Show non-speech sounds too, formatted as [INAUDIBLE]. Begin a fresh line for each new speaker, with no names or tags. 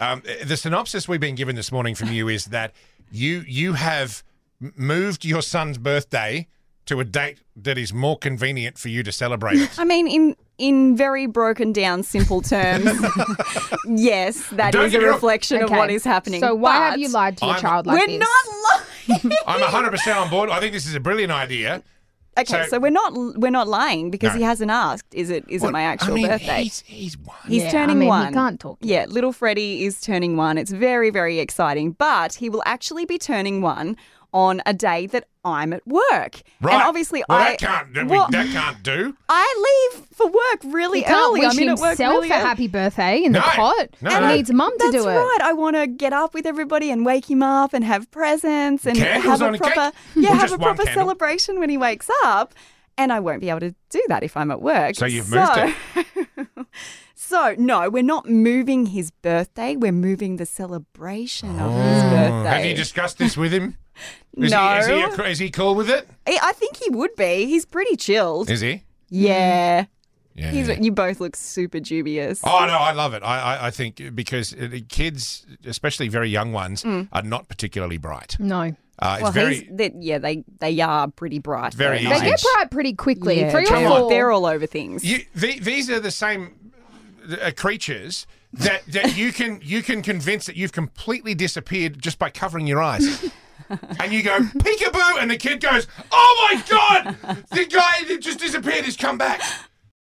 Um, the synopsis we've been given this morning from you is that you you have m- moved your son's birthday to a date that is more convenient for you to celebrate
[LAUGHS]
it.
I mean, in in very broken down, simple
[LAUGHS]
terms, yes, that
Don't
is
get
a
me wrong.
reflection of
Okay.
what is happening.
So why have
but
you lied to your
I'm-
child like
We're
this?
not lying. [LAUGHS]
I'm 100% on board. I think this is a brilliant idea.
okay,
So-
so, we're not we're not lying because
No.
he hasn't asked. Is it is it my actual
I mean,
birthday?
He's, he's one.
He's
Yeah, I
turning
mean, he
one.
can't talk yet.
Yeah, little Freddie is turning one. It's very, very exciting. But he will actually be turning one on a day that I'm at work.
right.
And obviously,
well,
I
that can't that,
well,
we, that can't
[LAUGHS]
do.
I leave for work really
He can't
early.
wish
I'm in at work
himself
really
a
early.
happy birthday in the
No.
pot.
No,
he
no.
needs mum to
That's
do it.
right. I want to get up with everybody and wake him up and have presents and
Candles
have
on
a
a [LAUGHS]
proper
cake?
yeah
Or
have
just
a
one
proper
candle?
celebration when he wakes up. And I won't be able to do that if I'm at work.
So you've moved
it. [LAUGHS] so no, we're not moving his birthday. We're moving the celebration of his birthday.
Oh. Have you discussed this with
[LAUGHS]
him? Is
no,
He, is, he a, is he cool with it?
I- I think he would be. He's pretty chilled.
Is he?
yeah.
Yeah.
He's, you both look super dubious.
Oh no, I love it. I, I, I think because uh, kids, especially very young ones, are not particularly bright.
No.
Uh, it's
Mm. well,
very
he's, they, yeah, they they are pretty bright.
Very
though,
They
easy.
like-
get bright pretty quickly.
Yeah,
Three
come
or
on.
four.
They're all over things.
You, the, these are the same uh, creatures that, that you can you can convince that you've completely disappeared just by covering your eyes. And you go peekaboo, and the kid goes, "Oh my god, the guy that just disappeared has come back."